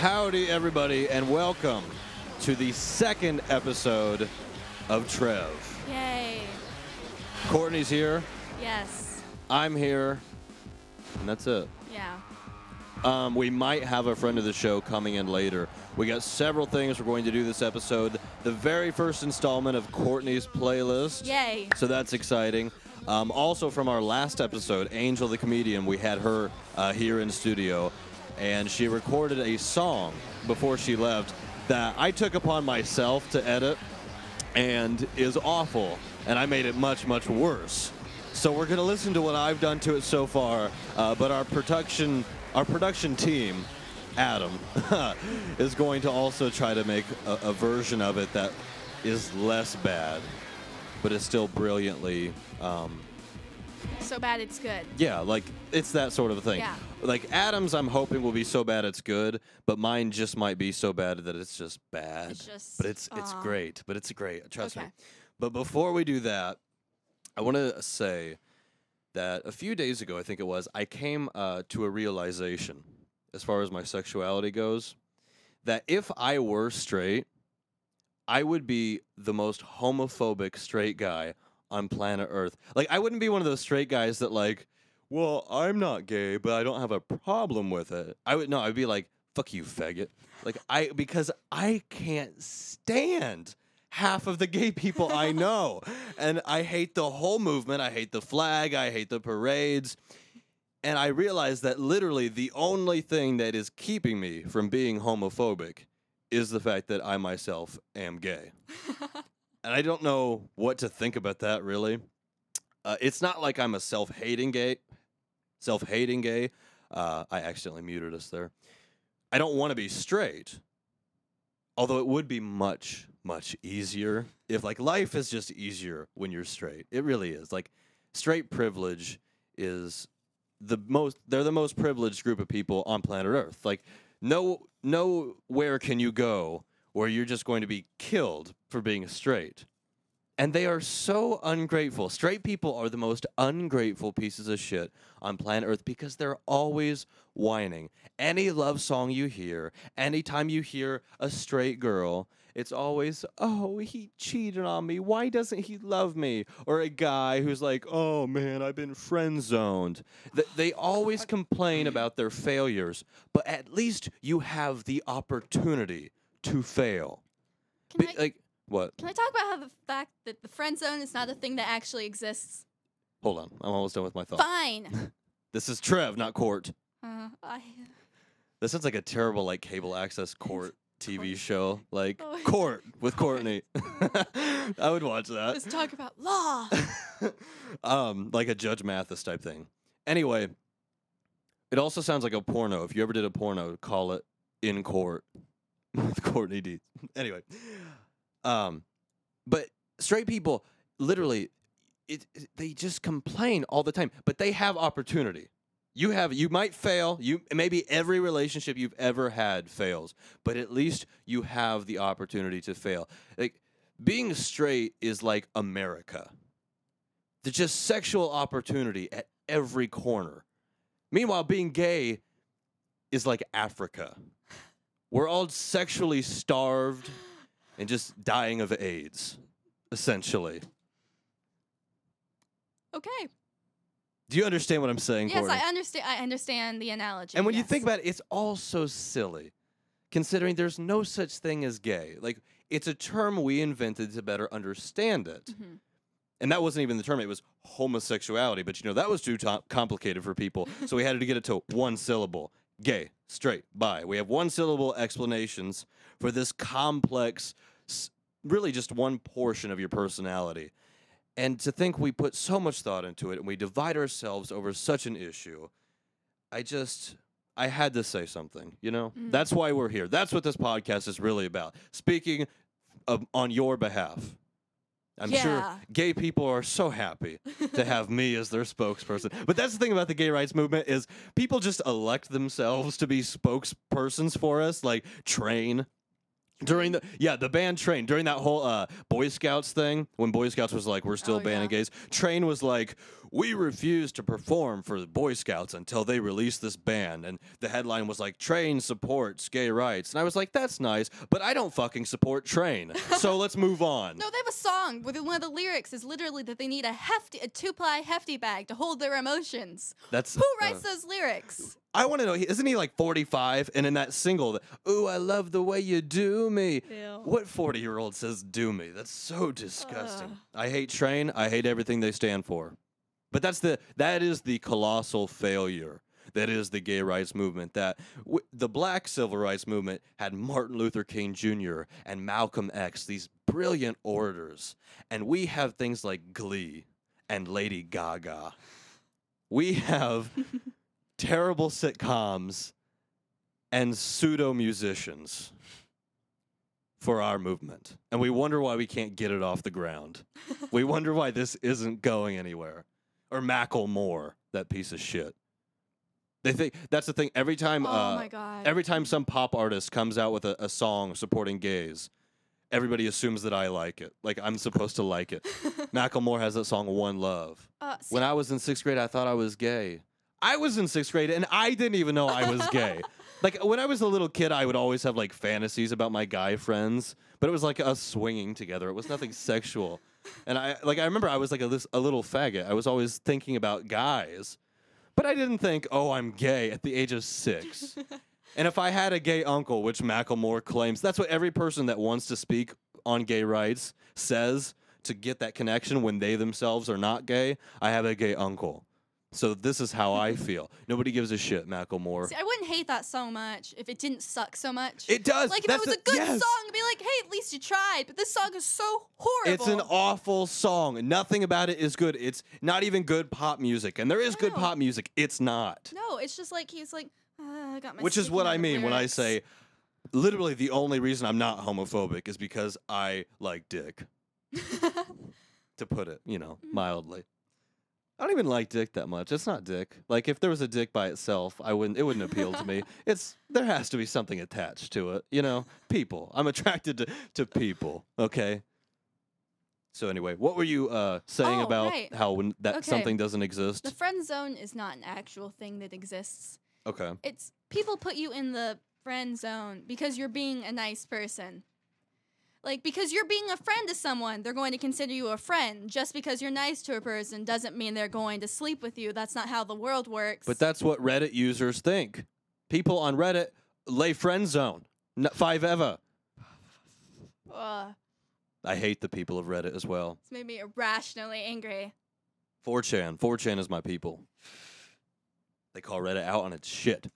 Howdy, everybody, and welcome to the second episode of Trev. Yay. Courtney's here, Yes. I'm here, and that's it. Yeah. Um, we might have a friend of the show coming in later. We got several things we're going to do this episode. The very first installment of Courtney's playlist. Yay. So that's exciting. Um, also, from our last episode, Angel the Comedian, we had her uh, here in studio, and she recorded a song before she left that I took upon myself to edit and is awful, and I made it much, much worse. So we're gonna listen to what I've done to it so far, uh, but our production, our production team, Adam, is going to also try to make a, a version of it that is less bad, but is still brilliantly, um, So bad it's good. yeah, like it's that sort of thing. Yeah. Like Adam's, I'm hoping will be so bad it's good, but mine just might be so bad that it's just bad. It's just, but it's it's aw. great. But it's great. Trust me. Okay. But before we do that, I want to say that a few days ago, I think it was, I came uh, to a realization as far as my sexuality goes that if I were straight, I would be the most homophobic straight guy on planet Earth. Like, I wouldn't be one of those straight guys that, like, well, I'm not gay, but I don't have a problem with it. I would, no, I'd be like, fuck you, faggot. Like, I, because I can't stand half of the gay people I know. And I hate the whole movement. I hate the flag. I hate the parades. And I realized that literally the only thing that is keeping me from being homophobic is the fact that I myself am gay. and I don't know what to think about that really. Uh, it's not like I'm a self-hating gay, self-hating gay. Uh, I accidentally muted us there. I don't want to be straight, although it would be much, much easier if like life is just easier when you're straight. It really is. Like straight privilege is the most they're the most privileged group of people on planet earth like no nowhere can you go where you're just going to be killed for being straight and they are so ungrateful straight people are the most ungrateful pieces of shit on planet earth because they're always whining any love song you hear anytime you hear a straight girl it's always oh he cheated on me why doesn't he love me or a guy who's like oh man i've been friend zoned Th- they always complain about their failures but at least you have the opportunity to fail Can, Be- I, like what can I talk about how the fact that the friend zone is not a thing that actually exists? hold on i'm almost done with my thought Fine. this is trev not court Uh, I, That sounds like a terrible like cable access court TV Court. show, like Oh. Court with Courtney. I would watch that. let's talk about law. um, like a Judge Mathis type thing. Anyway, it also sounds like a porno. If you ever did a porno, call it in court with Courtney Deeds. Anyway, um, but straight people literally, it, it- they just complain all the time. But they have opportunity. You have you might fail. You maybe every relationship you've ever had fails, but at least you have the opportunity to fail. Like being straight is like America. There's just sexual opportunity at every corner. Meanwhile, being gay is like Africa. We're all sexually starved and just dying of AIDS, essentially. Okay. Do you understand what I'm saying, Yes, Courtney? I understand. I understand the analogy. And when you yes. think about it, it's all so silly, considering there's no such thing as gay. Like, it's a term we invented to better understand it. Mhm. and that wasn't even the term. It was homosexuality, but you know that was too to- complicated for people, so we had to get it to one syllable: gay, straight, bi. We have one syllable explanations for this complex, s- really just one portion of your personality. And to think we put so much thought into it and we divide ourselves over such an issue, I just, I had to say something, you know? Mm. That's why we're here. That's what this podcast is really about. Speaking of, on your behalf. I'm Yeah. sure gay people are so happy to have me as their spokesperson. But that's the thing about the gay rights movement is people just elect themselves to be spokespersons for us, like Train. During the yeah, the band Train during that whole uh, Boy Scouts thing, when Boy Scouts was like, "We're still Oh, banning yeah. gays," Train was like, "We refuse to perform for the Boy Scouts until they release this ban." And the headline was like, "Train supports gay rights," and I was like, "That's nice, but I don't fucking support Train, so let's move on." No, they have a song where the- one of the lyrics is literally that they need a hefty, a two-ply hefty bag to hold their emotions. That's Who uh, writes those lyrics? I want to know, isn't he like 45? And in that single, the, ooh, I love the way you do me. What 40 year old says do me? That's so disgusting. Ugh. I hate train. I hate everything they stand for. But that's the that is the colossal failure that is the gay rights movement. That w- the black civil rights movement had Martin Luther King Jr. and Malcolm X, these brilliant orators, and we have things like Glee and Lady Gaga. We have terrible sitcoms and pseudo musicians for our movement. And we wonder why we can't get it off the ground. we wonder why this isn't going anywhere. Or Macklemore, that piece of shit. They think that's the thing. Every time, oh uh, my god. every time some pop artist comes out with a, a song supporting gays, everybody assumes that I like it. Like I'm supposed to like it. Macklemore has that song "One Love." uh, see, When I was in sixth grade, I thought I was gay. I was in sixth grade and I didn't even know I was gay. like when I was a little kid, I would always have like fantasies about my guy friends, but it was like us swinging together. It was nothing sexual. And I like I remember I was like a, lis- a little faggot. I was always thinking about guys, but I didn't think, oh, I'm gay at the age of six. and if I had a gay uncle, which Macklemore claims, that's what every person that wants to speak on gay rights says to get that connection when they themselves are not gay. I have a gay uncle. So this is how I feel. Nobody gives a shit, Macklemore. see, I wouldn't hate that so much if it didn't suck so much. It does. like if That's it was the- a good yes. song, I'd be like, hey, at least you tried. But this song is so horrible. It's an awful song. Nothing about it is good. It's not even good pop music. And there is good No. pop music. It's not. No, it's just like he's like, uh, I got my. Which is sticky what I note mean when I lyrics." say literally the only reason I'm not homophobic is because I like dick, to put it, you know, Mm-hmm. mildly. I don't even like dick that much. It's not dick. Like if there was a dick by itself, I wouldn't it wouldn't appeal to me. It's there has to be something attached to it, you know? People. I'm attracted to, to people, okay? So anyway, what were you uh, saying Oh, about right. how when that Okay. something doesn't exist? the friend zone is not an actual thing that exists. okay. It's people put you in the friend zone because you're being a nice person. Like because you're being a friend to someone, they're going to consider you a friend. Just because you're nice to a person doesn't mean they're going to sleep with you. That's not how the world works. But that's what Reddit users think. People on Reddit lay friend zone. N- five ever. Ugh, I hate the people of Reddit as well. it's made me irrationally angry. 4chan. 4chan is my people. They call Reddit out on its shit.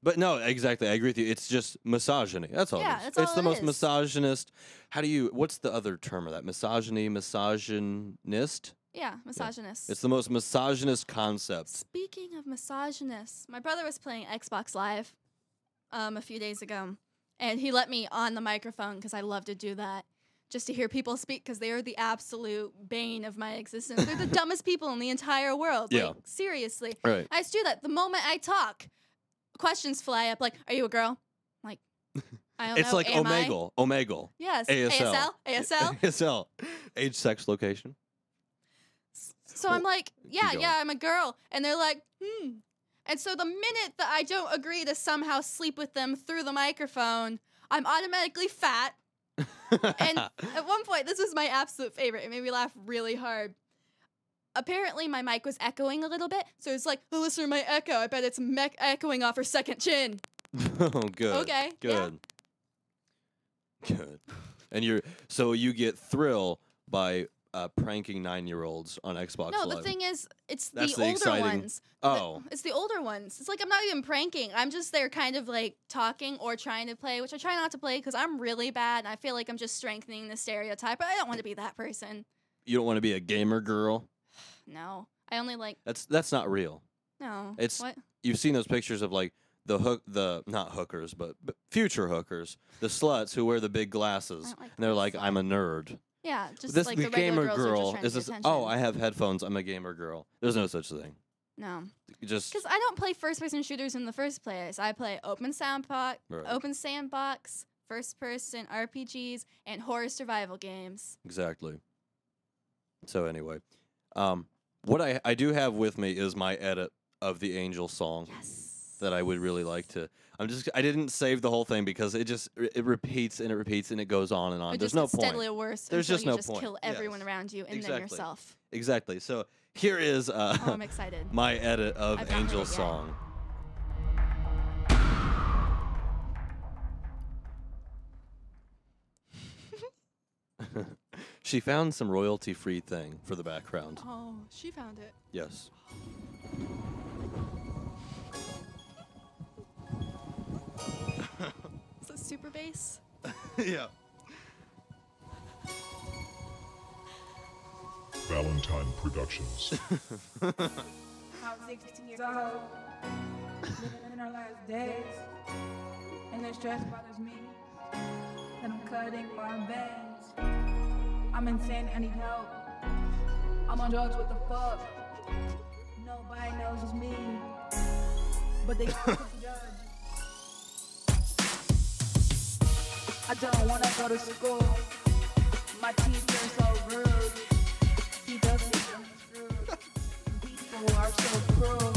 But no, exactly. I agree with you. It's just misogyny. That's all. Yeah, it is. that's it's all the it most is. misogynist. How do you? What's the other term of that? Misogyny, misogynist. Yeah, misogynist. It's the most misogynist concept. Speaking of misogynists, my brother was playing Xbox Live um, a few days ago, and he let me on the microphone because I love to do that, just to hear people speak because they are the absolute bane of my existence. They're the dumbest people in the entire world. Yeah. Like, seriously. All right. I just do that. The moment I talk, questions fly up like, Are you a girl? I'm like, I don't It's know. like am I?" omegle. Omegle. Yes. ASL. ASL. ASL. ASL. Age, sex, location. So I'm like, yeah, going. yeah, I'm a girl. And they're like, hmm. And so the minute that I don't agree to somehow sleep with them through the microphone, I'm automatically fat. And oh, at one point, this was my absolute favorite. It made me laugh really hard. Apparently, my mic was echoing a little bit. So it's like, oh, listen to my echo. I bet it's mech echoing off her second chin. oh, good. Okay, yeah. Good. Good. And you're so you get thrill by uh, pranking nine year olds on Xbox No, Live. the thing is, it's That's the the older exciting- ones. The- oh, it's the older ones. It's like I'm not even pranking. I'm just there, kind of like talking or trying to play, which I try not to play because I'm really bad and I feel like I'm just strengthening the stereotype. But I don't want to be that person. you don't want to be a gamer girl. No, I only like That's that's not real. no. It's- what? You've seen those pictures of like the hook, the not hookers, but, but future hookers, the sluts who wear the big I glasses, don't like and they're that. like, "I'm a nerd." yeah, Oh. just this like the, the regular gamer girls who are just girl trying is to this? get Oh, I attention. have headphones. I'm a gamer girl. There's no such thing. no. Just Because I don't play first person shooters in the first place. I play open sandbox, Right. open sandbox, first person RPGs, and horror survival games. Exactly. So anyway, um, what I I do have with me is my edit of the Angel song Yes. that I would really like to. I'm just I didn't save the whole thing because it just it repeats and it repeats and it goes on and on. Or There's just no gets steadily point. worse. There's until just you no just point. kill everyone Yes. around you and then Exactly. yourself. Exactly. So here is uh, Oh, I'm excited. my edit of I've not heard Angel it yet. song. she found some royalty free thing for the background. oh, she found it. Yes. Is it super bass? yeah. Valentine Productions. I was 16 years old, living in our last days, and the stress bothers me. That I'm cutting my veins. I'm insane, I need help. I'm on drugs, what the fuck? Nobody knows it's me, but they judge. I don't wanna go to school. My teacher's so rude. He doesn't even screw. People are so cruel.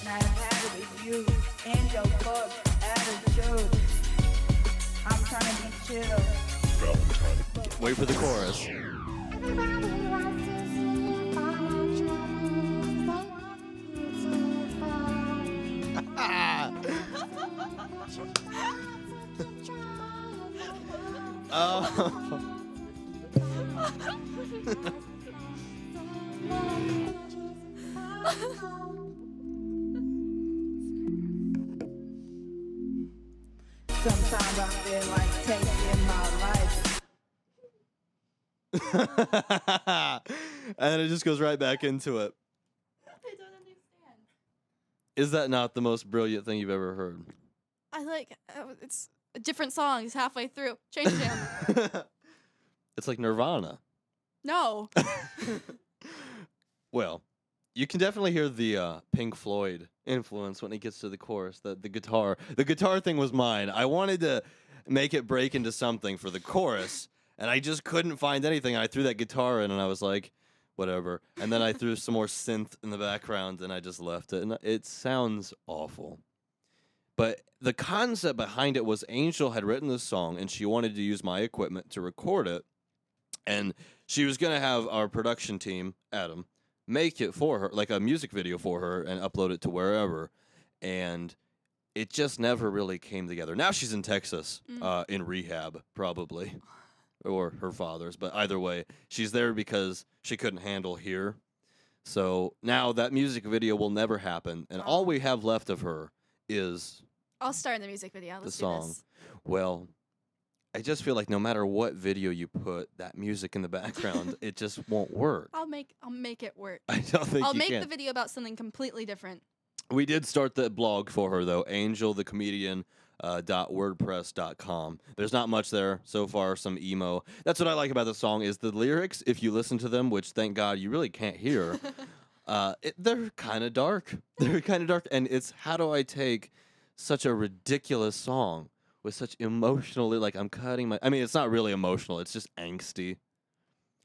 And I had it with you and your fuck attitude. I'm trying to be chill. Valentine. Wait for the chorus. Everybody wants to see financial news. They want you to fall. Oh. Sometimes I feel like taking my life. and then it just goes right back into it. I don't understand. Is that not the most brilliant thing you've ever heard? I like uh, it's a different song. It's halfway through. Change them. it's like Nirvana. no. Well, you can definitely hear the uh, Pink Floyd influence when it gets to the chorus. The the guitar, the guitar thing was mine. I wanted to make it break into something for the chorus, and I just couldn't find anything. I threw that guitar in, and I was like, whatever. And then I threw some more synth in the background, and I just left it. And it sounds awful. But the concept behind it was Angel had written this song, and she wanted to use my equipment to record it. And she was going to have our production team, Adam, make it for her, like a music video for her, and upload it to wherever. And it just never really came together. Now she's in Texas, Mm. uh, in rehab, probably, or her father's. But either way, she's there because she couldn't handle here. So now that music video will never happen. And all we have left of her is I'll start in the music video. Let's do song. this. well, I just feel like no matter what video you put that music in the background, it just won't work. I'll make I'll make it work. I don't think I'll you make can. the video about something completely different. we did start the blog for her though, Angel the Comedian. Uh, dot wordpress.com there's not much there so far some emo that's what i like about the song is the lyrics if you listen to them which thank god you really can't hear uh, it, they're kind of dark. They're kind of dark, and it's how do I take such a ridiculous song with such emotionally like I'm cutting my. I mean, it's not really emotional. It's just angsty.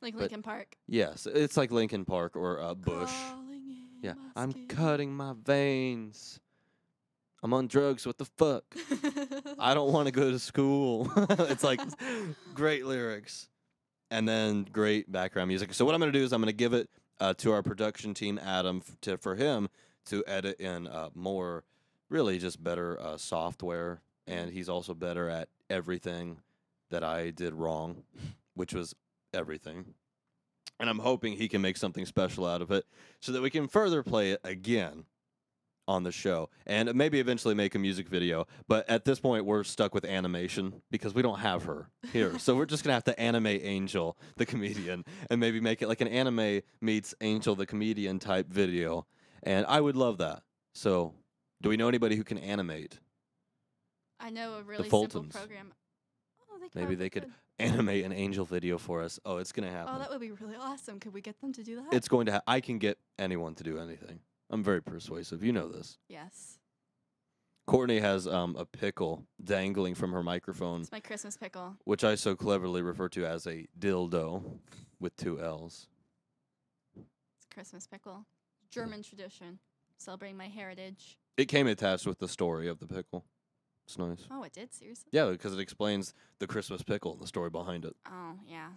like Linkin Park. Yes, it's like Linkin Park or uh, Bush. Crawling in Yeah, my I'm skin. cutting my veins. I'm on drugs. What the fuck? I don't want to go to school. it's like great lyrics and then great background music. So what I'm going to do is I'm going to give it uh, to our production team, Adam, f- to for him to edit in uh, more, really just better uh, software, and he's also better at everything that I did wrong, which was everything. and I'm hoping he can make something special out of it so that we can further play it again on the show and maybe eventually make a music video. But at this point, we're stuck with animation because we don't have her here. so we're just going to have to animate Angel the comedian and maybe make it like an anime meets Angel the comedian type video. And I would love that. So, do we know anybody who can animate? I know a really simple Fultons. program. Oh, they Maybe probably they could animate an angel video for us. Oh, it's going to happen. Oh, that would be really awesome. Could we get them to do that? it's going to ha- I can get anyone to do anything. I'm very persuasive. You know this. yes. Courtney has um, a pickle dangling from her microphone, It's my Christmas pickle. which I so cleverly refer to as a dildo with two L's. It's a Christmas pickle. German tradition. Celebrating my heritage. It came attached with the story of the pickle. It's nice. Oh, it did seriously. Yeah, because it explains the Christmas pickle and the story behind it. Oh, yeah.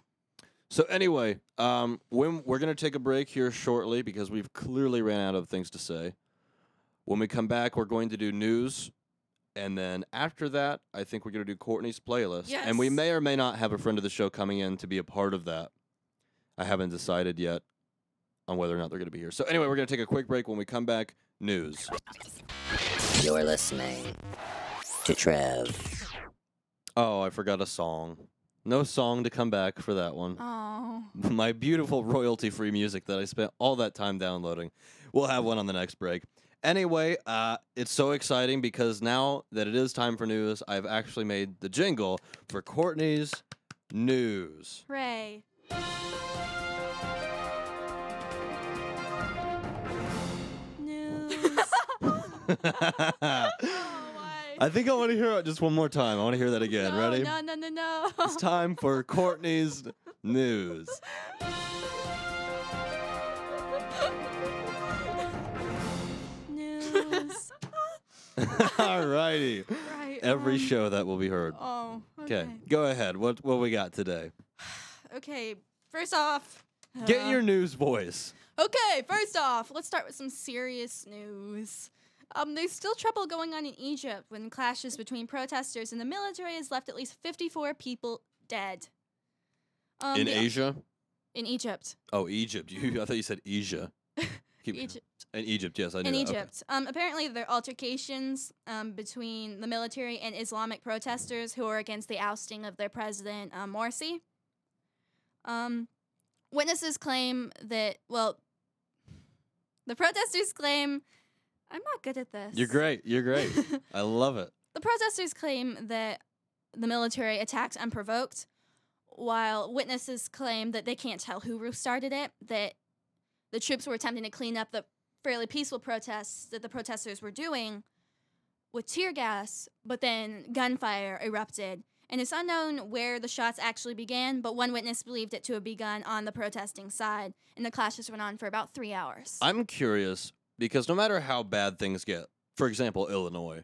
So anyway, um, when we're gonna take a break here shortly because we've clearly ran out of things to say. When we come back, we're going to do news, and then after that, I think we're gonna do Courtney's playlist. And we Yes. may or may not have a friend of the show coming in to be a part of that. I haven't decided yet on whether or not they're gonna be here. So anyway, we're gonna take a quick break. When we come back, news. You're listening to Trev. Oh, I forgot a song. No song to come back for that one. Oh, my beautiful royalty free music that I spent all that time downloading. We'll have one on the next break. Anyway, uh, it's so exciting because now that it is time for news, I've actually made the jingle for Courtney's news. hooray. News. I oh, why? think I want to hear it just one more time. I want to hear that again. no, Ready? Oh, No, no, no, no. It's time for Courtney's news. News. All righty. right. Every um, show that will be heard. Oh, okay. Okay, go ahead. What what we got today? Okay, first off. Get uh, your news voice. Okay, first off, let's start with some serious news. Um, there's still trouble going on in Egypt when clashes between protesters and the military has left at least 54 people dead. Um, In the- Asia? In Egypt. Oh, Egypt. You, I thought you said Asia. Keep- Egypt. In Egypt, yes, I knew In that. Okay. Egypt. Um, apparently, there are altercations um, between the military and Islamic protesters who are against the ousting of their president, uh, Morsi. Um, witnesses claim that, well, the protesters claim, I'm not good at this. You're great. You're great. I love it. The protesters claim that the military attacked unprovoked, while witnesses claim that they can't tell who started it, that the troops were attempting to clean up the fairly peaceful protests that the protesters were doing with tear gas, but then gunfire erupted. And it's unknown where the shots actually began, but one witness believed it to have begun on the protesting side, and the clashes went on for about three hours. I'm curious because no matter how bad things get, for example, Illinois,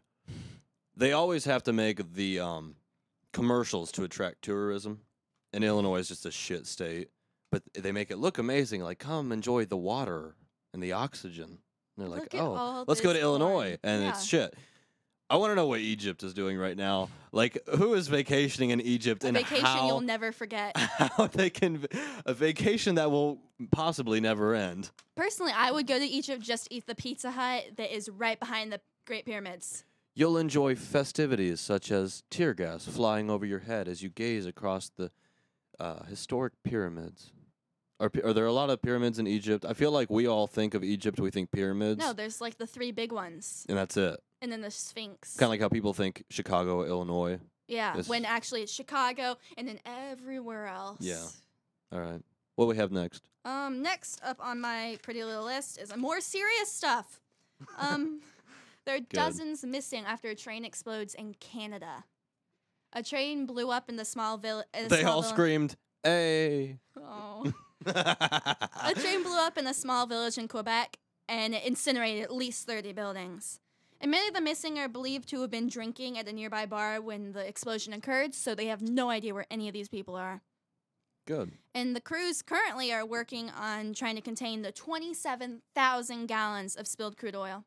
they always have to make the um, commercials to attract tourism. And Illinois is just a shit state, but they make it look amazing. Like, come enjoy the water and the oxygen. And they're like, Look at oh, all let's go to this Illinois, corn." and it's shit. I want to know what Egypt is doing right now. Like, who is vacationing in Egypt a and vacation how you'll never forget. how they can a vacation that will possibly never end. Personally, I would go to Egypt just to eat the Pizza Hut that is right behind the Great Pyramids. You'll enjoy festivities such as tear gas flying over your head as you gaze across the uh, historic pyramids. Are, pi- are there a lot of pyramids in Egypt? I feel like we all think of Egypt, we think pyramids, No, there's like the three big ones, and that's it. and then the Sphinx. Kind of like how people think Chicago, Illinois. yeah, this- when actually it's Chicago, and then everywhere else. Yeah. All right, what we have next? Um, next up on my pretty little list is more serious stuff. Um, there are dozens missing after a train explodes in Canada. A train blew up in the small village. they all screamed, "Hey!" Oh. A train blew up in a small village in Quebec and it incinerated at least 30 buildings. And many of the missing are believed to have been drinking at a nearby bar when the explosion occurred, so they have no idea where any of these people are. Good. And the crews currently are working on trying to contain the 27,000 gallons of spilled crude oil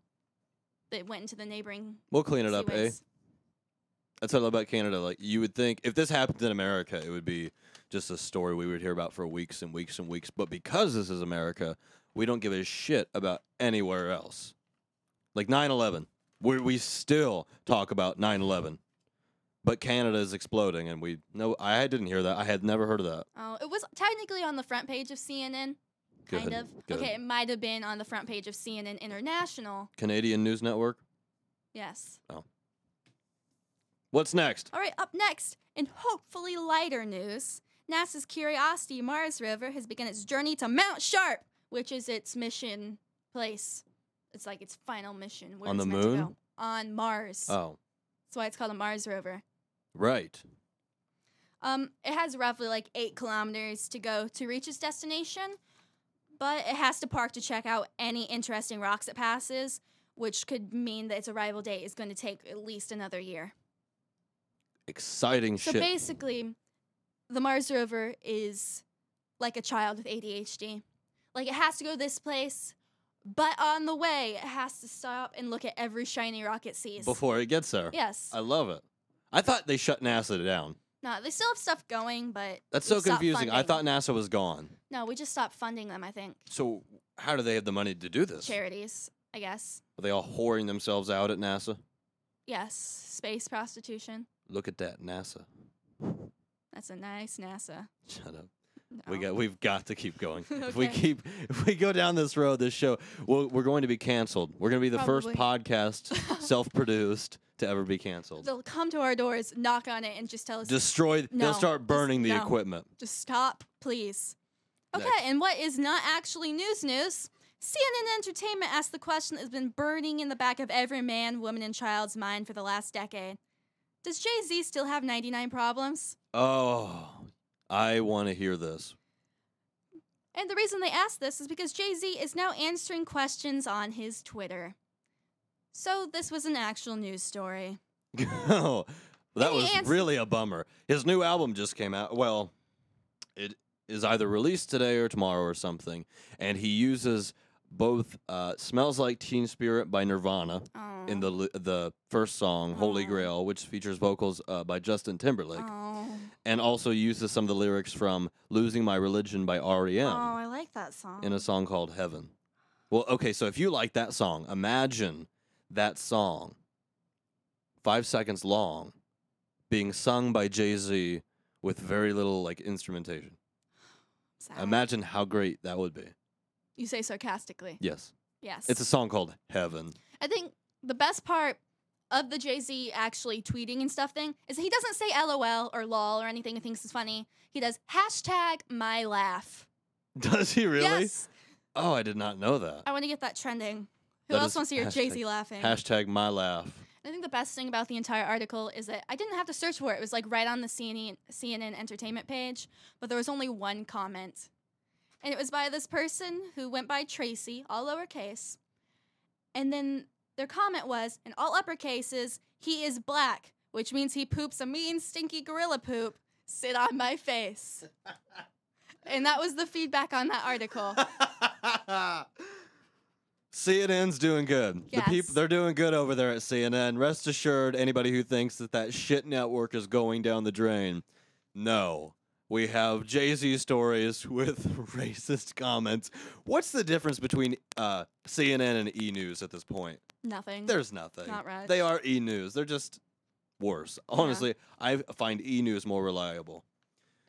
that went into the neighboring We'll clean it up, eh? seaways. That's what I love about Canada. Like you would think if this happened in America, it would be just a story we would hear about for weeks and weeks and weeks. But because this is America, we don't give a shit about anywhere else. Like 9/11, where we still talk about 9/11. But Canada is exploding, and we no. I didn't hear that. I had never heard of that. Oh, it was technically on the front page of CNN, Good. kind of. Good. Okay, it might have been on the front page of CNN International. Canadian News Network. Yes. What's next? All right, up next, in hopefully lighter news, NASA's Curiosity Mars rover has begun its journey to Mount Sharp, which is its mission place. It's like its final mission. Where On it's the meant to moon? go. On Mars. Oh, That's why it's called a Mars rover. right. Um, it has roughly like eight kilometers to go to reach its destination, but it has to park to check out any interesting rocks it passes, which could mean that its arrival date is going to take at least another year. Exciting So shit. basically, the Mars rover is like a child with ADHD. Like it has to go to this place, but on the way, it has to stop and look at every shiny rock it sees. Before it gets there. Yes. I love it. I thought they shut NASA down. no, they still have stuff going, but That's we so stopped confusing. I funding. thought NASA was gone. no, we just stopped funding them. I think So how do they have the money to do this? charities, I guess. Are they all whoring themselves out at NASA? Yes, space prostitution. Look at that NASA. That's a nice NASA. Shut up. We No. got. We've got to keep going. If we Okay. keep, if we go down this road, this show, we'll, we're going to be canceled. We're going to be the first Probably. podcast, self-produced, to ever be canceled. They'll come to our doors, knock on it, and just tell us Destroy. No. They'll start burning the No. equipment. Just stop, please. Okay, Next. and what is not actually news news? CNN Entertainment asked the question that's been burning in the back of every man, woman, and child's mind for the last decade. Does Jay Z still have 99 problems? Oh, I want to hear this. And the reason they asked this is because Jay Z is now answering questions on his Twitter. So this was an actual news story. oh, that Any was ans- really a bummer. His new album just came out. Well, it is either released today or tomorrow or something. And he uses both uh, "Smells Like Teen Spirit" by Nirvana Oh. in the li- the first song "Holy Aw. Grail," which features vocals uh, by Justin Timberlake, oh. and also uses some of the lyrics from "Losing My Religion" by E REM Oh, I like that song. in a song called Heaven. Well, okay, so if you like that song, imagine that song, five seconds long, being sung by Jay Z with very little like instrumentation. Sad. Imagine how great that would be. you say sarcastically. Yes, Yes. it's a song called Heaven. I think the best part of the Jay Z actually tweeting and stuff thing is he doesn't say LOL or lol or anything he thinks is funny. He does hashtag my laugh. Does he really? Yes. Oh, I did not know that. I want to get that trending. Who That else is wants to hear Jay Z hashtag- laughing? Hashtag my laugh. I think the best thing about the entire article is that I didn't have to search for it. It was like right on the E, CNN, CNN entertainment page, but there was only one comment. And it was by this person who went by Tracy, all lowercase. And then their comment was, in all uppercases, he is black, which means he poops a mean, stinky gorilla poop. Sit on my face. and that was the feedback on that article. CNN's doing good. The Yes. people they're doing good over there at CNN. Rest assured, anybody who thinks that that shit network is going down the drain, no. We have Jay Z stories with racist comments. What's the difference between uh, CNN and E News at this point? Nothing. There's nothing. Mm. Not much. They are E News. They're just worse. Honestly, I find E News more reliable.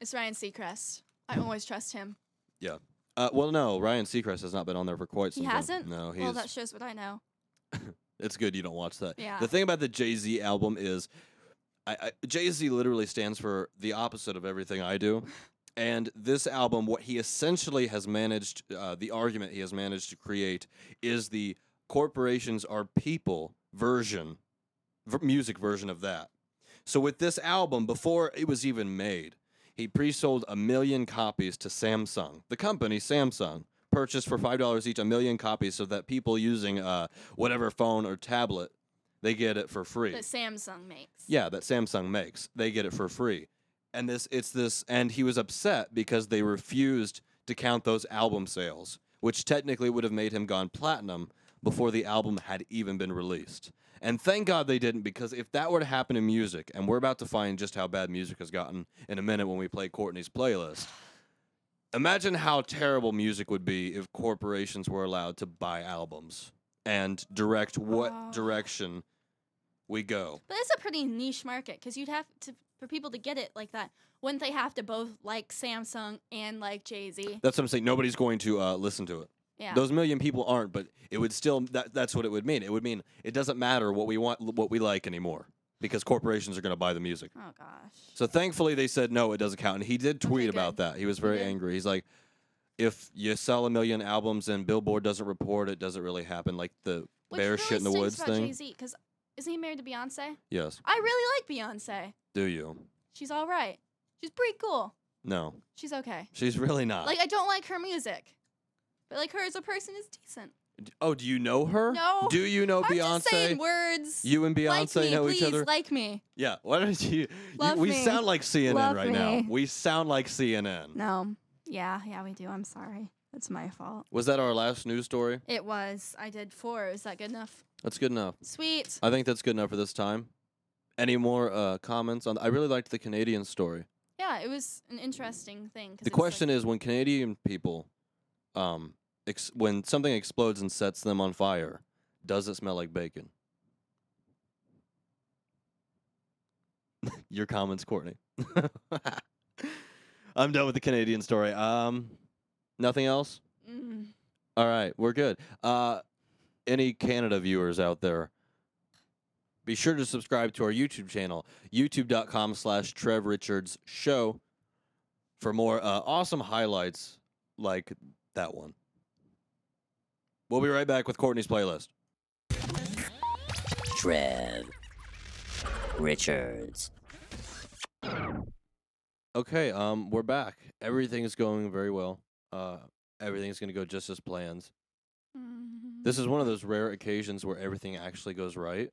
It's Ryan Seacrest. I always trust him. Uh, well, no, Ryan Seacrest has not been on there for quite He some time. hasn't? No, he's Well, that shows what I know. It's good you don't watch that. Yeah. The thing about the Jay Z album is, I, I, Jay Z literally stands for the opposite of everything I do. And this album, what he essentially has managed, uh, the argument he has managed to create is the corporations are people version, v- music version of that. So with this album, before it was even made, he pre-sold a million copies to Samsung. The company Samsung purchased for five dollars each a million copies, so that people using uh, whatever phone or tablet, they get it for free. That Samsung makes. Yeah, that Samsung makes. They get it for free. And this it's this and he was upset because they refused to count those album sales, which technically would have made him gone platinum before the album had even been released. And thank God they didn't, because if that were to happen in music, and we're about to find just how bad music has gotten in a minute when we play Courtney's playlist, imagine how terrible music would be if corporations were allowed to buy albums and direct what Oh. direction we go. But it's a pretty niche market because you'd have to for people to get it like that. Wouldn't they have to both like Samsung and like Jay Z? That's what I'm saying. Nobody's going to uh, listen to it. Yeah. Those million people aren't, but it would still that, that's what it would mean. It would mean it doesn't matter what we want what we like anymore because corporations are going to buy the music. oh gosh. So thankfully they said no, it doesn't count. And he did Okay, tweet good. about that. He was very did. angry. He's like if you sell a million albums and Billboard doesn't report it doesn't really happen like the Which bear really shit in the stinks woods about thing. Jay Z because isn't he married to Beyonce? Yes. I really like Beyonce. Do you? She's all right. She's pretty cool. No. She's okay. She's really not. Like I don't like her music, but like her as a person is decent. D- oh, do you know her? No. Do you know I'm Oh, Beyonce? just saying words. you and Beyonce like me, know please, each other. Like me. Yeah, why don't you? you- Love we me. sound like CNN Love right now. me. We sound like CNN. No. Yeah. Yeah, we do. I'm sorry. That's my fault. Was that our last news story? It was. I did four. Is that good enough? That's good enough. Sweet. I think that's good enough for this time. Any more uh, comments on? I really liked the Canadian story. Yeah, it was an interesting thing. 'cause The it's question like, is, when Canadian people, um, ex- when something explodes and sets them on fire, does it smell like bacon? Your comments, Courtney. I'm done with the Canadian story. Um, nothing else. Mm. All right, we're good. Uh, any Canada viewers out there, be sure to subscribe to our YouTube channel, youtube.com slash Trev Richards Show, for more uh, awesome highlights like that one. We'll be right back with Courtney's playlist. Trev Richards. Okay, um, we're back. Everything is going very well. Uh, everything's going to go just as planned. This is one of those rare occasions where everything actually goes right.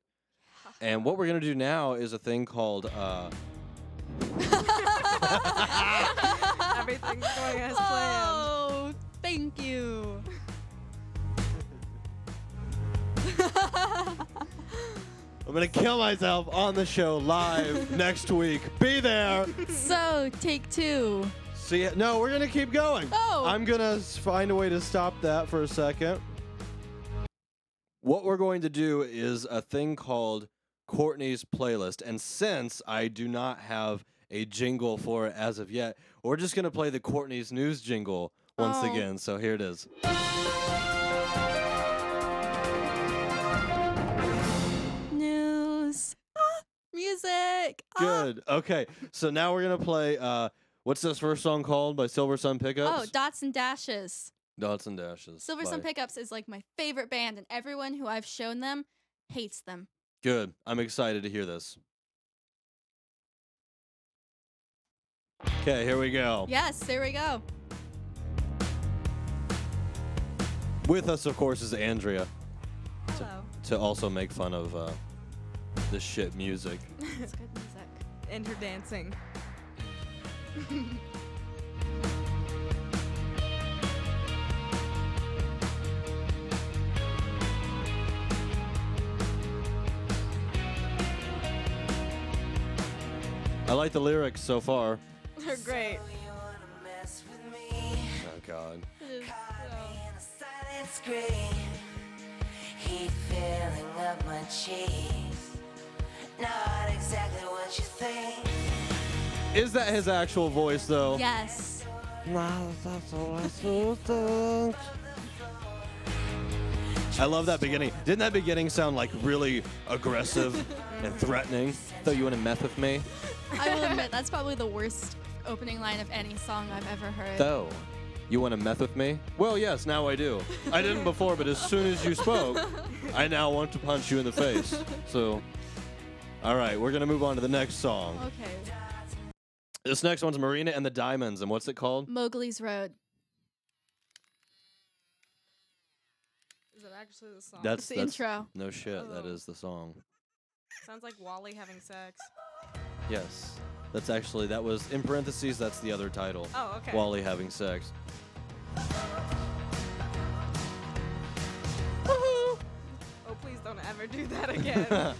And what we're going to do now is a thing called. Uh, Everything's going as planned. Oh, thank you. I'm gonna kill myself on the show live next week. Be there. so, take two. See, no, we're gonna keep going. Oh. I'm gonna s- find a way to stop that for a second. What we're going to do is a thing called Courtney's playlist, and since I do not have a jingle for it as of yet, we're just gonna play the Courtney's news jingle once Oh. again. So here it is. News. Ah, music. Ah. Good. Okay, so now we're gonna play. Uh, what's this first song called by Silver Sun Oh, Pickups? dots and dashes. Dots and dashes. Silver Sun by- Pickups is like my favorite band, and everyone who I've shown them hates them. Good. I'm excited to hear this. Okay, here we go. Yes, there we go. With us, of course, is Andrea Hello. to also make fun of uh, the shit music. It's good music. And her dancing. I like the lyrics so far. They're great. Oh God. It is so- Silence green, heat filling up my cheeks. Not exactly what you think. Is that his actual voice though? Yes. I love that beginning. Didn't that beginning sound like really aggressive and threatening? Though you want to meth with me? I will admit, that's probably the worst opening line of any song I've ever heard. Though, you want to meth with me? Well, yes, now I do. I didn't before, but as soon as you spoke, I now want to punch you in the face. So, all right, we're going to move on to the next song. okay. This next one's Marina and the Diamonds, and what's it called? Mowgli's Road. Is it actually the song? That's It's the intro. No shit, that Oh. is the song. Sounds like Wally having sex. Yes, that's actually, that was, in parentheses, that's the other title. Oh, okay. Wally having sex. Oh, please don't ever do that again.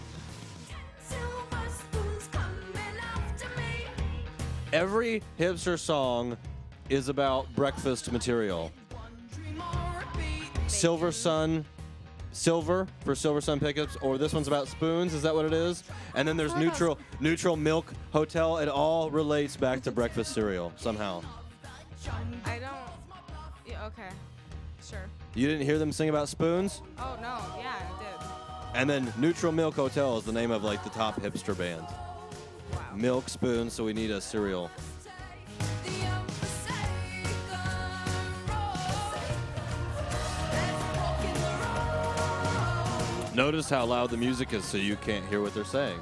Every hipster song is about breakfast material. Silver Sun, Silver for Silver Sun pickups, or this one's about spoons. Is that what it is? And then there's What about Neutral, Neutral Milk Hotel. It all relates back to breakfast cereal somehow. I don't. Yeah, okay. Sure. You didn't hear them sing about spoons? Oh, no. Yeah, I And then Neutral Milk Hotel is the name of like the top hipster band. did. Wow. Milk spoons, so we need a cereal. Notice how loud the music is so you can't hear what they're saying.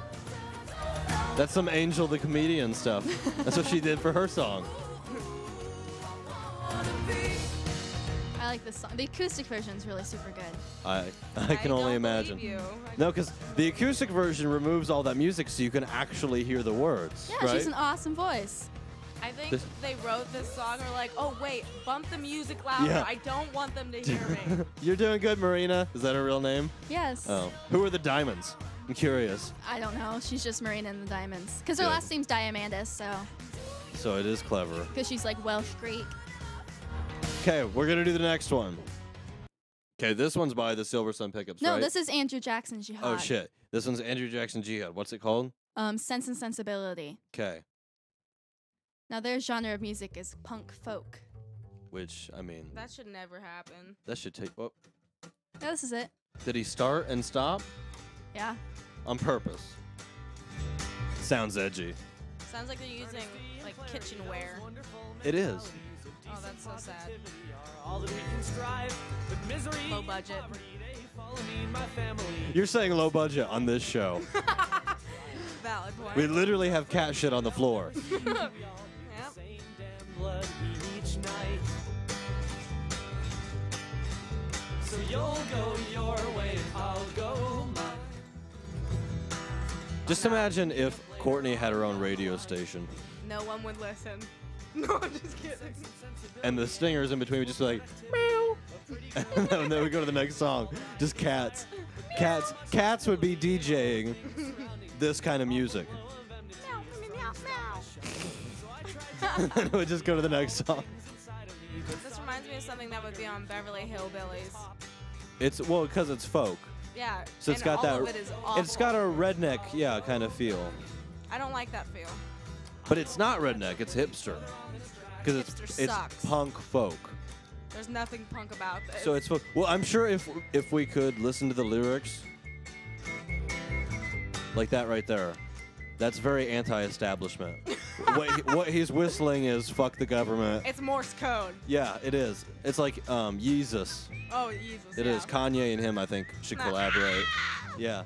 That's some Angel the Comedian stuff. That's what she did for her song. I like this song. The acoustic version is really super good. I, I can I only don't imagine. believe you. I- No, because the acoustic version removes all that music so you can actually hear the words. Yeah, right? she's an awesome voice. I think This- they wrote this song and were like, oh, wait, bump the music louder. Yeah. I don't want them to hear me. You're doing good, Marina. Is that her real name? Yes. Oh. Who are the diamonds? I'm curious. I don't know. She's just Marina and the Diamonds. Because her Yeah. last name's Diamandis, so. So it is clever. Because she's like Welsh Greek. Okay, we're gonna do the next one. Okay, this one's by the Silver Sun Pickups, No, right? this is Andrew Jackson Jihad. Oh shit. This one's Andrew Jackson Jihad. What's it called? Um, Sense and Sensibility. Okay. Now, their genre of music is punk folk. Which I mean that should never happen. that should take oh, Yeah, this is it. did he start and stop? Yeah. On purpose. Sounds edgy. Sounds like they're using, like, kitchenware. It is. Oh, that's so sad. All that we can strive, but misery, Low budget. they follow me and my family. You're saying low budget on this show. Valid point. we literally have cat shit on the floor. Yep. Same damn blood we each night. So you'll go your way, I'll go mine. Just imagine if Courtney had her own radio station No one would listen. No, I'm just kidding. and the stingers in between would just be like meow. and then we go to the next song. Just cats. Cats cats would be DJing this kind of music. and we just go to the next song. This reminds me of something that would be on Beverly Hillbillies. It's well because it's folk, Yeah. so it's and got all that. Of it is awful. has got a redneck, yeah, kind of feel, I don't like that feel. but it's not redneck. It's hipster, because it's Hipster it's sucks. punk folk. There's nothing punk about this. So it's folk. Well, I'm sure if if we could listen to the lyrics, like that right there, that's very anti-establishment. what, he- what he's whistling is "fuck the government." It's Morse code. Yeah, it is. It's like um, Yeezus. Oh, Jesus. It yeah. is Kanye and him. I think should Nah. collaborate. Yeah.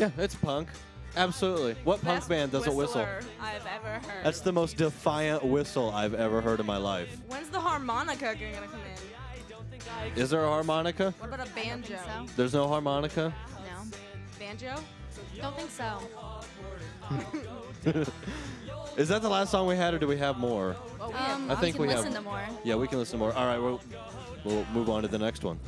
yeah, it's punk. Absolutely. What punk Best band doesn't whistle? whistler I've ever heard. That's the most defiant whistle I've ever heard in my life. When's the harmonica gonna come in? Is there a harmonica? What about a banjo? So? There's no harmonica. No. Banjo? Don't think so. Is that the last song we had, or do we have more? Oh, we Um, I we think can we have- listen to more. Yeah, we can listen to more. All right, we'll, we'll move on to the next one.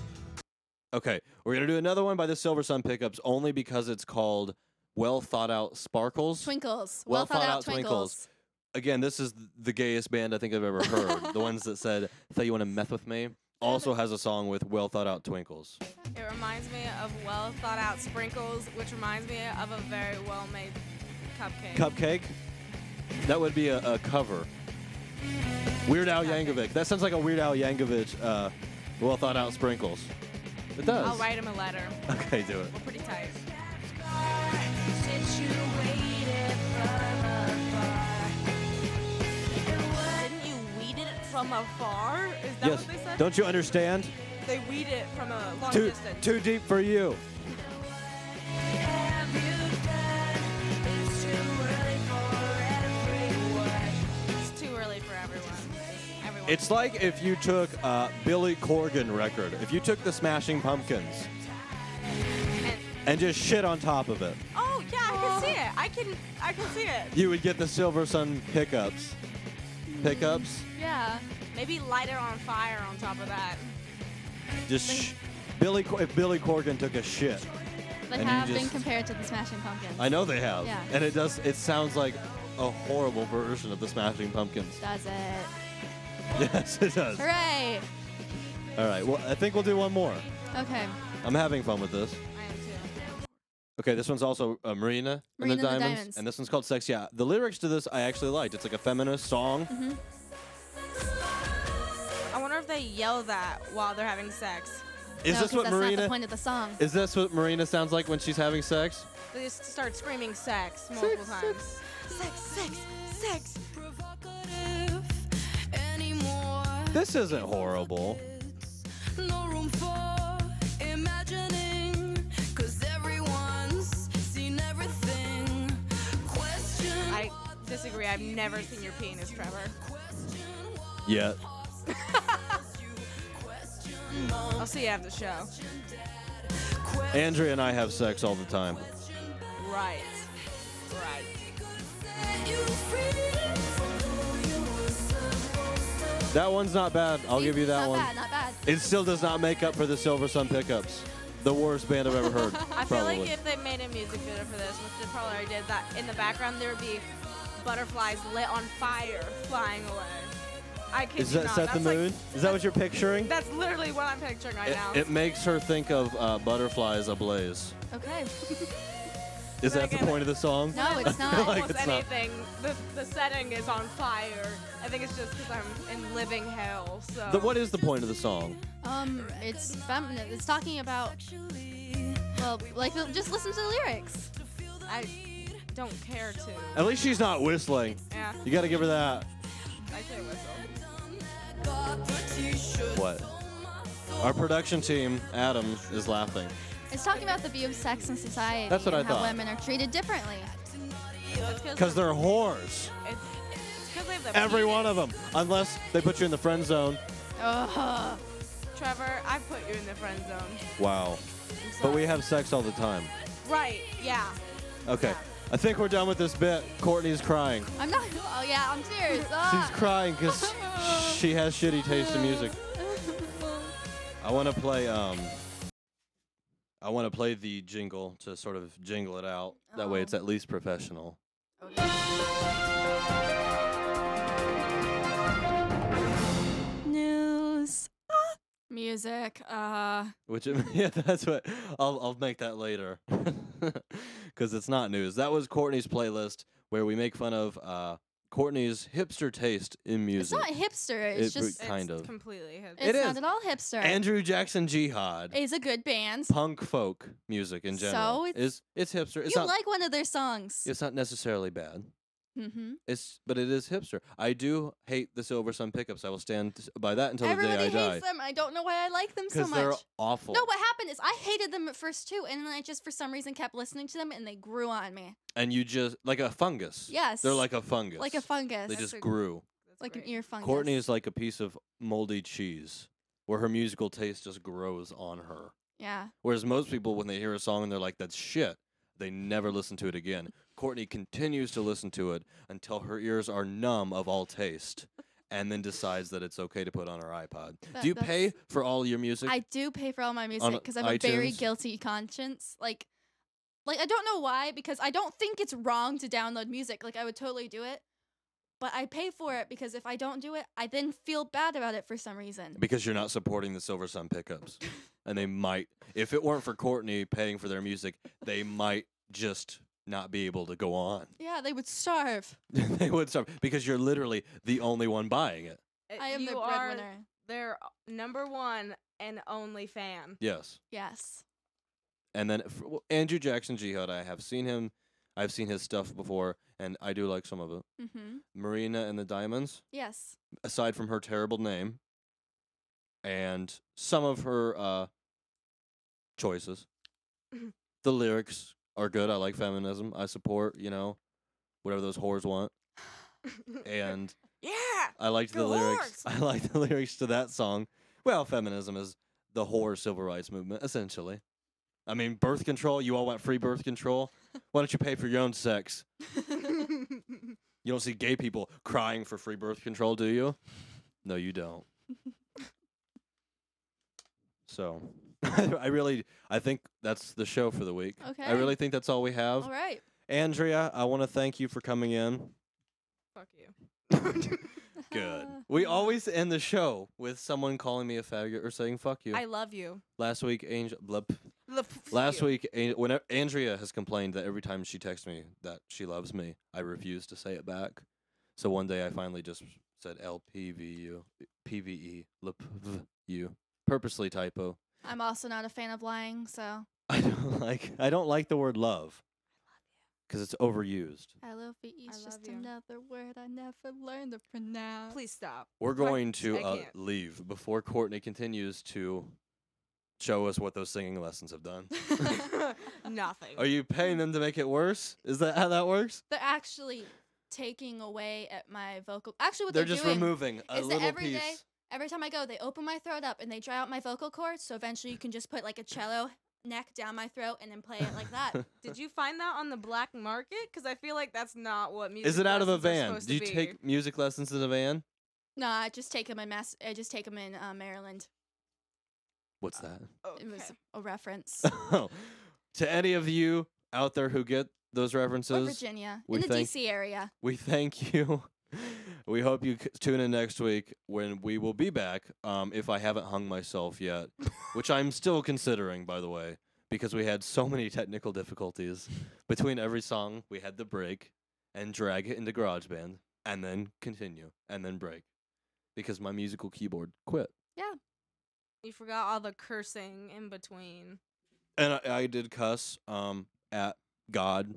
Okay, we're gonna do another one by the Silver Sun Pickups only because it's called "Well Thought Out Sparkles." Twinkles. Well thought out twinkles. again, this is th- the gayest band I think I've ever heard. the ones that said, "Thought you want to mess with me," also has a song with well thought out twinkles. It reminds me of well thought out sprinkles, which reminds me of a very well made cupcake. Cupcake. That would be a, a cover. Weird Al Yankovic. That sounds like a Weird Al Yankovic. Uh, well thought out sprinkles. It does. I'll write him a letter. Okay, do it. We're pretty tight. Didn't you weed it from afar? Is that yes. what they said? Oh, Don't you understand? They weed it from a long Too distance. too deep for you. It's too early for everyone. Everyone. It's like if you took uh, Billy Corgan record, if you took the Smashing Pumpkins, And- and just shit on top of it. oh yeah, I can see it. I can I can see it. you would get the Silver Sun pickups. Pickups? Yeah. Maybe light it on fire on top of that. Just sh- Billy. Cor- if Billy Corgan took a shit, They And you have been just- compared to the Smashing Pumpkins. I know they have, Yeah. and it does. It sounds like a horrible version of the Smashing Pumpkins. Does it? Yes, it does. Hooray! All right. Well, I think we'll do one more. Okay. I'm having fun with this. I am too. Okay, this one's also uh, Marina, Marina and the Diamonds, Diamonds. and this one's called "Sex." Yeah, the lyrics to this I actually liked. It's like a feminist song. Mm-hmm. I wonder if they yell that while they're having sex. Is this what No, 'cause that's not the Marina? point of the song. Is this what Marina sounds like when she's having sex? They just start screaming sex multiple times. Sex, sex, sex. This isn't horrible. No room for imagining, cause everyone's seen everything. Question I disagree. I've never seen your penis, Trevor. Yet. I'll see you after the show. Andrea and I have sex all the time. Right. Right. That one's not bad. I'll give you that not one. Bad, not bad. It still does not make up for the Silver Sun pickups. The worst band I've ever heard. I feel probably. like if they made a music video for this, which they probably already did, that in the background there would be butterflies lit on fire flying away. I kid Is you that not. set the That's like- mood? Is that what you're picturing? That's literally what I'm picturing right It, now. it makes her think of uh, butterflies ablaze. Okay. Is Then that the again- point of the song? No, it's not. like Almost it's not- anything. The, the setting is on fire. I think it's just because I'm in living hell. So The- what is the point of the song? Um, it's feminine. It's talking about. Well, like, the- just listen to the lyrics. I don't care to. At least she's not whistling. Yeah, You gotta give her that. I say whistle. What? Our production team, Adam, is laughing. It's talking about the view of sex in society. That's what and I how thought. women are treated differently. Because they're whores. It's because they have the Every penis. one of them. Unless they put you in the friend zone. Ugh. Trevor, I put you in the friend zone. Wow. I'm But we sorry. have sex all the time. Right. Yeah. Okay. I think we're done with this bit. Courtney's crying. I'm not. Oh yeah, I'm serious. She's Ah. crying because she has shitty taste in music. I want to play. Um, I want to play the jingle to sort of jingle it out. That way, Oh. it's at least professional. News. Music. Uh. Which yeah, that's what I'll I'll make that later, because it's not news. That was Courtney's playlist where we make fun of uh, Courtney's hipster taste in It's music. not hipster. It's It just. would- Kind it's of. Completely. his- It's It not is. at all hipster. Andrew Jackson Jihad, is a good band. punk folk music in general So it's- is it's hipster. It's you not like one of their songs. it's not necessarily bad. Mm-hmm. It's but it is hipster. I do hate the Silver Sun pickups. I will stand t- by that until the day Everybody I hates die them. I don't know why I like them so because much. they're awful. No, what happened is I hated them at first too, and then I just for some reason kept listening to them, and they grew on me and you just like a fungus. Yes. they're like a fungus. like a fungus, They That's just a- grew. That's like an great. ear fungus. Courtney is like a piece of moldy cheese, where her musical taste just grows on her. yeah. Whereas most people, when they hear a song and they're like, "That's shit," they never listen to it again. Courtney continues to listen to it until her ears are numb of all taste, and then decides that it's okay to put on her iPod. That- do you that's- pay for all your music? I do pay for all my music On because I'm a very iTunes? guilty conscience. Like, like I don't know why because I don't think it's wrong to download music. Like I would totally do it, but I pay for it because if I don't do it, I then feel bad about it for some reason. because you're not supporting the Silver Sun pickups, and they might, if it weren't for Courtney paying for their music, they might just not be able to go on. Yeah, they would starve. they would stop because you're literally the only one buying it. It- I am you the are breadwinner. their number one and only fan. Yes. Yes. And then f well, Andrew Jackson Jihad, I have seen him. I've seen his stuff before, and I do like some of it. Mm-hmm. Marina and the Diamonds, Yes. aside from her terrible name and some of her uh, choices, the lyrics are good. I like feminism. I support, you know, whatever those whores want. And yeah. I liked the Go lyrics. I liked the lyrics to that song. Well, feminism is the whore civil rights movement, essentially. I mean, birth control. You all want free birth control. Why don't you pay for your own sex? You don't see gay people crying for free birth control, do you? No, you don't. So I really, I think that's the show for the week. I Okay. really think that's all we have. All right. Andrea, I want to thank you for coming in. Fuck you. Good. Uh, Mm. we always end the show with someone calling me a faggot or saying "fuck you." I love you. Last week, Angel. Blip. The f- Last you. week, An- when e-, Andrea has complained that every time she texts me that she loves me, I refuse to say it back. So one day, I finally just said "lpvu," "pve," "lpvu," purposely typo. I'm also not a fan of lying, so I don't like I don't like the word love because it's overused. I love you. I It's love just you. another word I never learned to pronounce. Please stop. We're Fuck- going to I uh, can't. leave before Courtney continues to show us what those singing lessons have done. Nothing. Are you paying them to make it worse? Is that how that works? They're actually taking away at my vocal. Actually, what They're they're, just doing removing a is that little every piece. day- every time I go, they open my throat up and they dry out my vocal cords. So eventually, you can just put like a cello neck down my throat and then play it like that. Did you find that on the black market? Because I feel like that's not what music. Is it out of a lessons are van? supposed Do you to be. take music lessons in a van? no, I just take them in Mass. I just take them in uh, Maryland. What's that? Okay. It was a reference. to any of you out there who get those or references, Virginia, we in the thank- DC area. we thank you. We hope you c- tune in next week when we will be back. Um, if I haven't hung myself yet, which I'm still considering, by the way, because we had so many technical difficulties between every song. We had the break and drag it into GarageBand, and then continue, and then break, because my musical keyboard quit. You forgot all the cursing in between. And I, I did cuss um, at God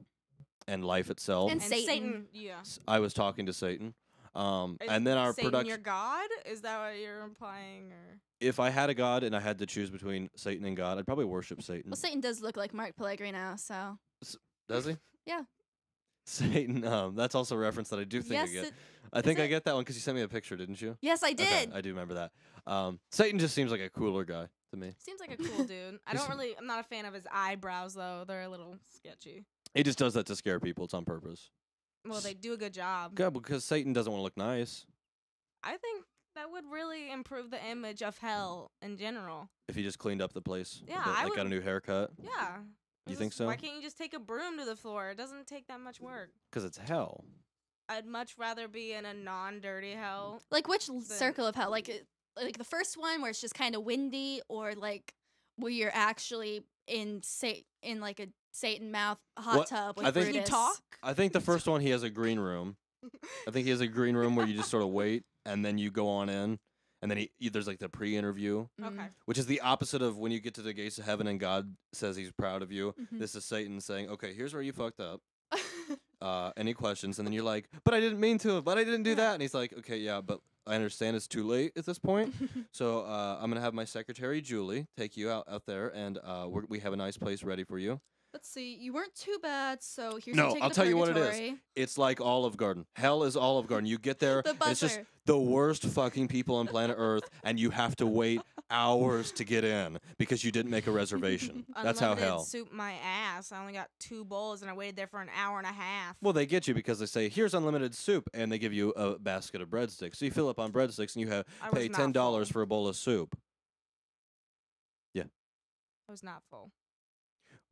and life itself. And And Satan. Satan. Yeah. S- I was talking to Satan. Um, Is and then our Satan production. your god? Is that what you're implying? Or if I had a god and I had to choose between Satan and God, I'd probably worship Satan. Well, Satan does look like Mark Pellegrino, so Does he? Yeah. Satan. Um, that's also a reference that I do think yes, I get. it- I think I it? get that one because you sent me a picture, didn't you? yes, I did. Okay, I do remember that. Um, Satan just seems like a cooler guy to me. seems like a cool dude. I don't He's- really. I'm not a fan of his eyebrows though. They're a little sketchy. He just does that to scare people. It's on purpose. Well, they do a good job. God, because Satan doesn't want to look nice. I think that would really improve the image of hell in general. If he just cleaned up the place, a Yeah, bit, I like got a would- new haircut. Yeah. You It's think just- so? Why can't you just take a broom to the floor? It doesn't take that much work. Because it's hell. I'd much rather be in a non-dirty hell. Like which l the- circle of hell? Like it- like the first one where it's just kind of windy, or like where you're actually in sa- in like a Satan mouth hot What- tub. With I think- Can Can you Brutus. talk? I think the first one he has a green room. I think he has a green room where you just sort of wait and then you go on in, and then he, y- there's like the pre-interview, Mm-hmm. Okay. which is the opposite of when you get to the gates of heaven and God says He's proud of you. Mhm. This is Satan saying, "Okay, here's where you fucked up. Mhm. Uh, any questions?" And then you're like, "But I didn't mean to. But I didn't do Yeah. that." And he's like, "Okay, yeah, but I understand it's too late at this point. so uh, I'm gonna have my secretary Julie take you out out there, and uh, we're, we have a nice place ready for you. Let's see. You weren't too bad, so here's No, your ticket I'll to tell you what it is. purgatory. It's like Olive Garden. Hell is Olive Garden. You get there, The and it's just buzzer. the worst fucking people on planet Earth, and you have to wait hours to get in because you didn't make a reservation. That's how Unlimited hell. Soup my ass. I only got two bowls and I waited there for an hour and a half. Well, they get you because they say, "Here's unlimited soup," and they give you a basket of breadsticks. So you fill up on breadsticks, and you have I was pay not ten dollars full. for a bowl of soup. I was not full.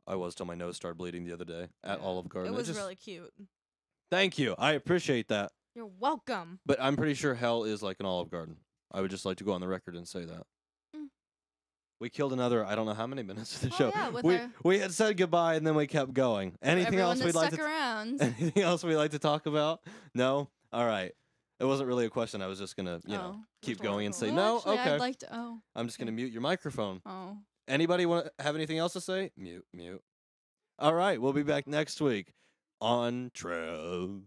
I was till my nose started bleeding the other day at Yeah. Olive Garden. It was just- really cute. Thank you. I appreciate that. You're welcome. But I'm pretty sure hell is like an Olive Garden. I would just like to go on the record and say that. Mm. We killed another, I don't know how many minutes of the Oh, show. yeah, with we, our- we had said goodbye and then we kept going. Anything Everyone else that we'd like stuck to t- around. anything else we'd like to talk about? No? All right. It wasn't really a question. I was just gonna, you know, Oh. keep going and say Well, no. actually, okay, I'd like to. Oh, I'm just gonna okay. mute your microphone. oh. Anybody want to have anything else to say? Mute, mute. All right, we'll be back next week on Trev.